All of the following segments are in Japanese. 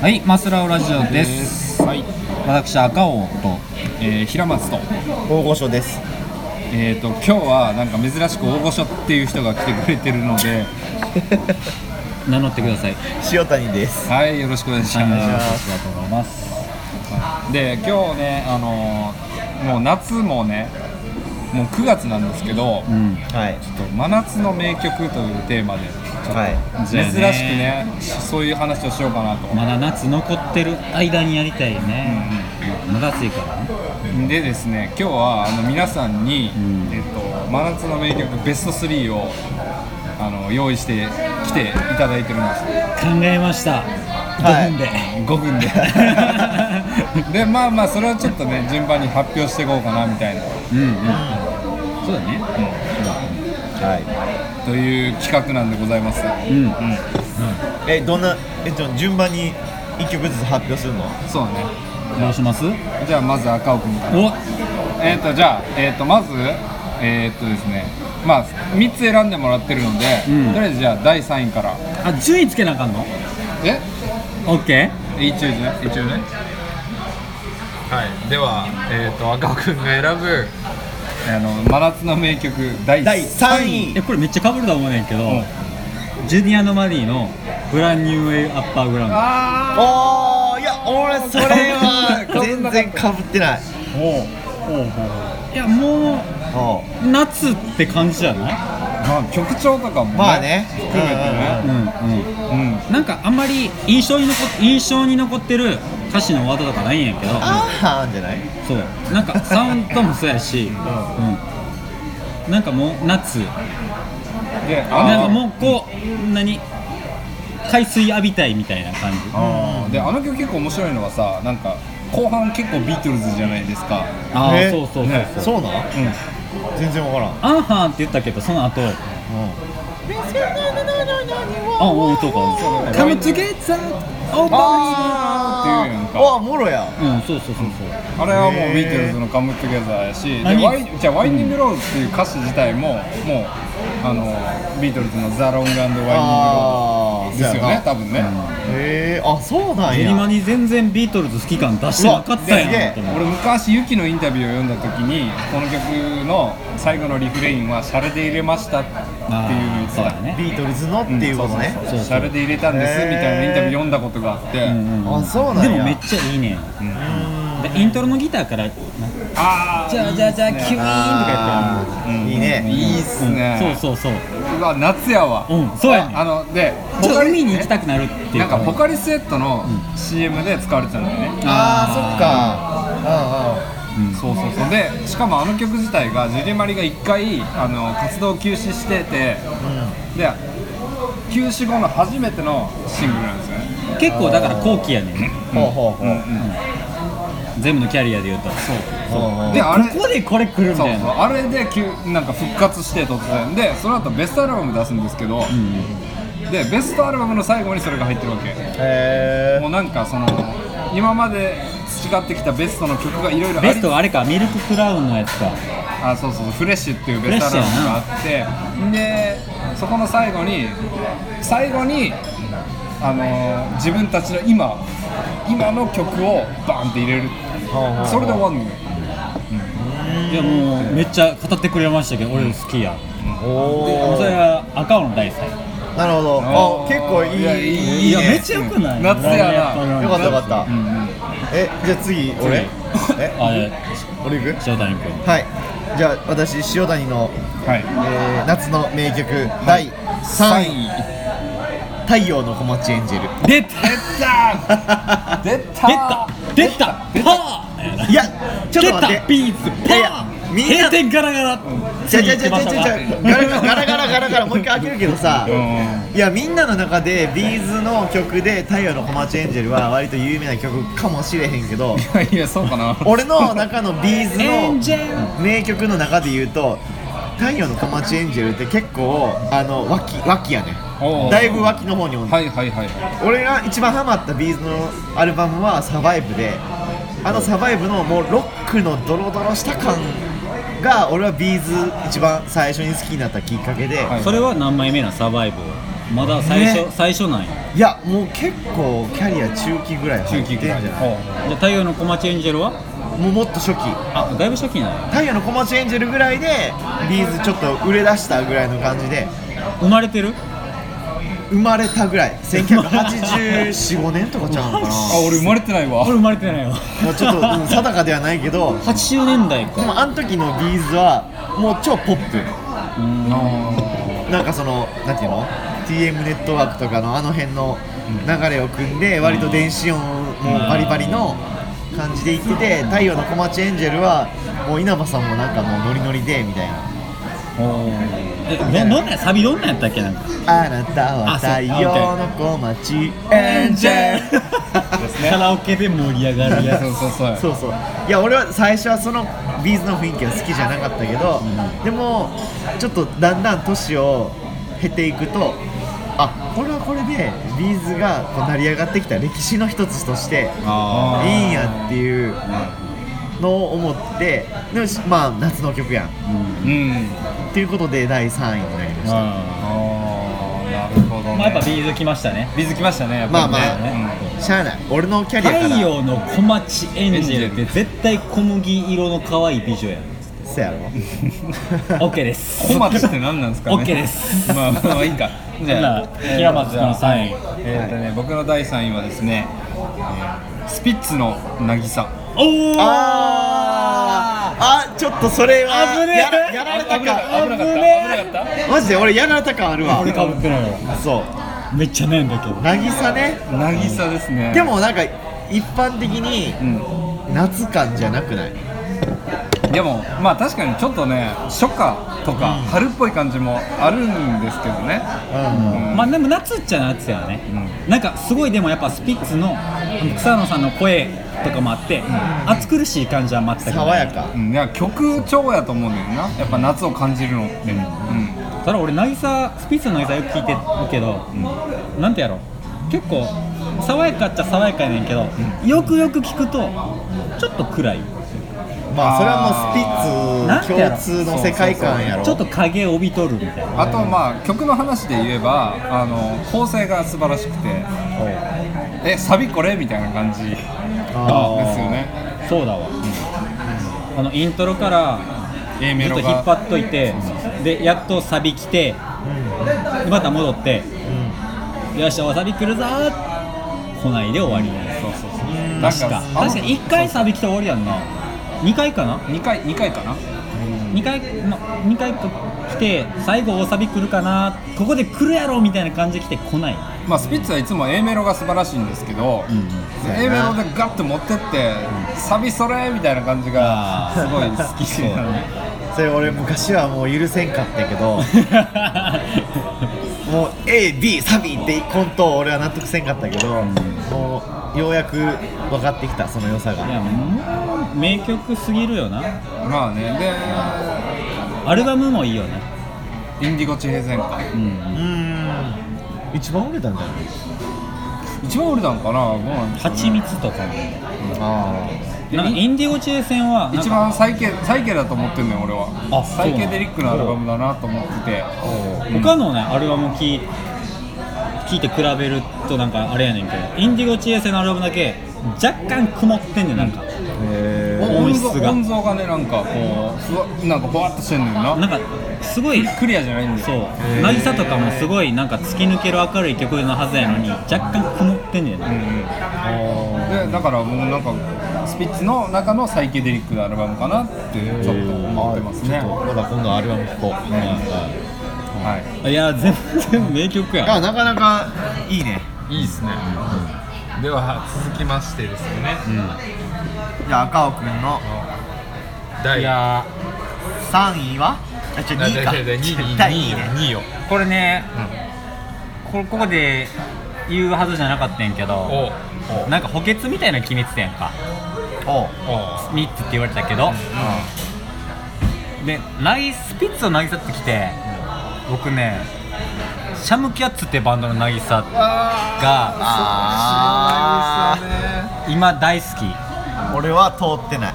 はい、マスラオラジオです。はい、私赤尾と、えー、平松と,、大御所ですえー、と今日はなんか珍しく大御所っていう人が来てくれてるので名乗ってください。塩谷ですはいよろしくお願いしありまがとうございます。すで今日ねあのーもう夏もねもう9月なんですけど、うちん、はいょっと真夏の名曲というテーマではいじゃあね珍しくねそういう話をしようかなと、まだ夏残ってる間にやりたいよね。まだ暑いから。でですね今日はあの皆さんに、んえっと真夏の名曲ベスト3をあの用意してきていただいてるんです考えました。はい5分で。 5分ででまあまあそれはちょっとね順番に発表していこうかなみたいなうんうん。そうだね。はという企画なんでございますうん。うん。いえどんなえちょ順番に一曲ずつ発表するのそうねどうします？じゃあまず赤尾君からお、えっ、とじゃあ、えー、とまずえっ、とですねまあ3つ選んでもらってるので、うんとりあえずじゃあ第3位からあ順位つけなあかんの？えオッケ一応ね一応ねはいでは、えー、と赤尾君が選ぶあの真夏の名曲第第3ー。位えこれめっちゃ被ると思うねんけど、ジュニアのマディのブランニューウェイアッパーグラウンド。あおーいや俺それ は全然かぶってないおうおうおういやもうおう夏って感じじゃないまあ曲調とかも、ね、まあね含めてねうんうん、うんなんかあんまり印象に残っ印象に残ってる歌詞のワードとかないんやけどああじゃないそうなんかサウンドもそうやし、うん、なんかもう夏であなんかのもうこう何海水浴びたいみたいな感じあーであの曲結構面白いのはさなんか後半結構ビートルズじゃないですかああねそうそうそうそう、ねそうなうんん全然わからんアンハーって言ったけどその後あおうとそうかだね Come together あーっていうやんあかあもろやうんそうそうそうそう、あれはもうへービートルズの「カム・トゥゲザー」やしで何ワイじゃあ「ワインディング・ロード」っていう歌詞自体ももうあのビートルズの「ザ・ロング・ワインディング・ローあド」あですよね多分ね、へえあそうなんジェやニマに全然ビートルズ好き感出してなかったうわすげやんえと思う俺昔ユキのインタビューを読んだ時にこの曲の最後のリフレインは「シャレで入れました」っていう言ってそうただねビートルズのっていうことねそうそうそうシャレで入れたんですみたいなインタビュー読んだことがあって、うんうんあそうなんでやもめっちゃいいねんでイントロのギターからなああじゃあじゃあじゃあキュイーンとかあやっーいいねいいっすねて、るそうそうそううわ夏やわうんそうやねんあのでちょっとリ海に行きたくなるっていうなんかポあカリスエットの CM で使われてたんだよね、あーそっかうんうんそうそうそうでしかもあの曲自体がジュリマリが1回あの活動休止しててで休止後の初めてのシングルなんですよね結構だから後期やねんねほうほうほう全部のキャリアで言うとほうであれここでこれ来るみそうたいそうなあれで急なんか復活して突然でその後ベストアルバム出すんですけど、でベストアルバムの最後にそれが入ってるわけへもうなんかその今まで培ってきたベストの曲がいろいろありベストはあれかミルククラウンのやつかあそうそうそうフレッシュっていうベストアルバムがあってでそこの最後に最後にあのー自分たちの今今の曲をバンって入れるーそれで終わんのよいやもうめっちゃ語ってくれましたけど俺好きやおそれーは赤尾の大好きなるほどあ結構いいやいやねめっちゃ良くない夏やなよかったよかったうんうんえじゃあ次俺えあれ俺行く塩谷君はいじゃあ私塩谷の、はいえー夏の名曲第3 3位位「太陽の小町エンジェル出た出 た出た出た出たパ」ーいやちょっと待出ったてビーズいやいやパーみんな閉店ガラガラじゃじゃじゃじゃじ次行ゃきましょうかガラガラガラガラガラもう一回開けるけどさうん いやみんなの中でビーズの曲で「太陽の小町エンジェル」は割と有名な曲かもしれへん けどいやそうかな俺の中のビーズエンジェの名曲の中で言うと「太陽の小町エンジェル」って結構あの脇脇やねおうだいぶ脇の方におんねんはいはいはい俺が一番ハマったビーズのアルバムは「サバイブであの「サバイブのもうロックのドロドロした感が俺はビーズ一番最初に好きになったきっかけで、はいそれは何枚目なサバイブまだ最初、ね最初なんやいやもう結構キャリア中期ぐらい入中って期んぐじゃらいじでないゃあ太陽の小町エンジェルはもうもっと初期あだいぶ初期なの太陽の小町エンジェルぐらいでビーズちょっと売れ出したぐらいの感じで生まれてる生まれたぐらい198485年とかちゃうのかなあ俺生まれてないわ俺生まれてないわまあちょ っと、うん定かではないけど80年代かでもあの時のビーズはもう超ポップあなんかそのなんていうの TM ネットワークとかのあの辺の流れを組んで割と電子音もバリバリの感じでいってて「太陽の小町エンジェル」はもう稲葉さんもなんかもうノリノリでみたいなえどどんなサビどんなんやったっけなんか「あなたはあそう太陽の小町エンジェル」 ですねカラオケで盛り上がるやあつそうそうそうそうそういや俺は最初はそのビーズの雰囲気は好きじゃなかったけど、でもちょっとだんだん年を経ていくとあこれはこれでビーズがこう成り上がってきた歴史の一つとしてああいいんやっていうのを思ってでもしまあ夏の曲やんうんっていうことで第3位になりましたあああなるほどねまあやっぱビーズ来ましたねビーズ来ましたねやっまぱありねまあ、しゃあない俺のキャリアから太陽の小町エンジェルって絶対小麦色の可愛い美女やんそやろ OK です小町って何なんですかね OK ですまあまあまあいいかじゃあじゃあ平松の3位えーとね、僕の第3位はですね、えースピッツの渚おおあーあちょっとそれは危ねえやらやられた危なかったか危なかった危危ねえなかっマジで俺やられた感あるわ俺かぶってないわそうめっちゃ悩んだけど渚ねた渚ですねで、もなんか一般的にうん、夏感じゃなくないでもまあ確かにちょっとね初夏とか春っぽい感じもあるんですけどね、うんまあでも夏っちゃ夏やね、なんかすごいでもやっぱスピッツの草野さんの声とかもあって、暑苦しい感じは全く爽やかうん、いや曲調やと思うんだよなやっぱ夏を感じるのって、うんただ俺渚スピッツの渚よく聞いてるけど、なんてやろ結構爽やかっちゃ爽やかやねんけど、よくよく聞くとちょっと暗いまあそれはもうスピッツ共通の世界観やろちょっと影を帯びとるみたいなあとまあ曲の話で言えばあの構成が素晴らしくてえサビこれみたいな感じですあーよねそうだわ、あのイントロから A ずメっロとが引っ張っといてでやっとサビ来てでまた戻って「よっしゃサビ来るぞ!」来ないで終わりそうそうそううんなん確かあの確かに1回サビ来て終わりやんな2回かな2回二回かな2回、ま、2回か来て最後大サビ来るかなここで来るやろみたいな感じで来て来ないまあスピッツはいつも A メロが素晴らしいんですけど、 ん A メロでガッて持ってって、サビそれみたいな感じがあすごいー 好きなのねそれ俺昔はもう許せんかったけどもう AB サビってコントを俺は納得せんかったけどもうようやく分かってきたその良さいがやもう名曲すぎるよなまあねアルバムもいいよねでインディゴ地平線かうんうん一番売れたんじゃない一番売れたのかなどうなんでしょうね蜂蜜とかもあなんかインディゴチェ戦はなん一か番サイケサイケだと思ってんのよ俺はあそうなサのイケデリックなアルバムだなと思ってて他のねアルバム聴い聞いて比べるとなんかあれやねんけどインディゴチエセのアルバムだけ若干曇ってんねんなんか、へー音像音質が音像がねなんかこうふわなんかぼわっとしてんのよななんかすごいクリアじゃないんですそよう渚とかもすごいなんか突き抜ける明るい曲のはずやのに若干曇ってんねんな、うんうんでだからもうなんかスピッツの中のサイケデリックなアルバムかなってちょっと思ってますね、ちょっとまだ今度アルバム聴こう、はいや全然名曲やあなかなかいいねい、いいですね、では続きましてですよね、じゃあ赤尾くんの第3位はあちょ2位か第2位ね2位よこれね、こここで言うはずじゃなかったんやけどなんか補欠みたいな決めてたやんかおう3つって言われたけど、でナイスピッツの渚ってきて、僕ねシャムキャッツってバンドの渚があ今大好きあ俺は通ってない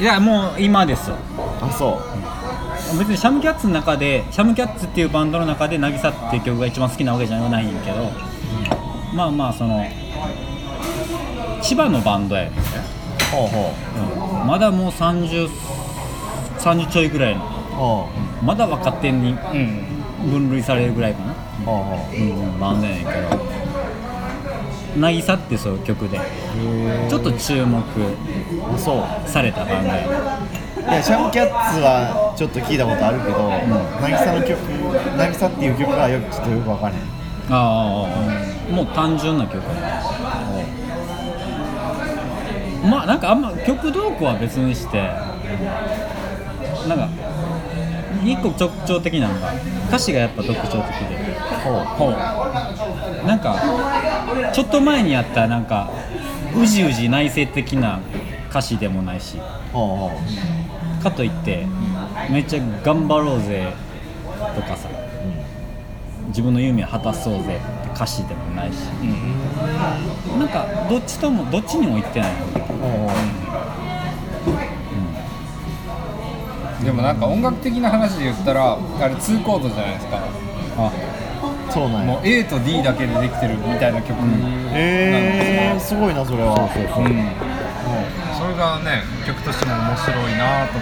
いやもう今ですあそ別にシャムキャッツの中でシャムキャッツっていうバンドの中で渚っていう曲が一番好きなわけじゃないんやけど、まあまあその千葉のバンドやねんね、ほうほうんまだもう3030ちょいぐらいのうほまだ若手にうん分類されるぐらいかな、うほうほううん、バンドやねんけど「渚」ってそういう曲でちょっと注目あそうされたバンドやねいやシャムキャッツはちょっと聞いたことあるけど、渚の曲渚っていう曲はよくちょっとよくわかんないああ、もう単純な曲まあなんかあんま曲動向は別にしてなんか一個特徴的なのが歌詞がやっぱ特徴的でほうほうなんかちょっと前にやったなんかうじうじ内省的な歌詞でもないしほうほかといってめっちゃ頑張ろうぜとかさ自分の夢を果たそうぜって歌詞でもないしなんかどっちともどっちにも行ってないうほうほでもなんか音楽的な話で言ったらあれ2コードじゃないですかあうそうなんもうや A と D だけでできてるみたいな曲うんえー、すごいなそれはそうそうそうそれがね曲としても面白いなと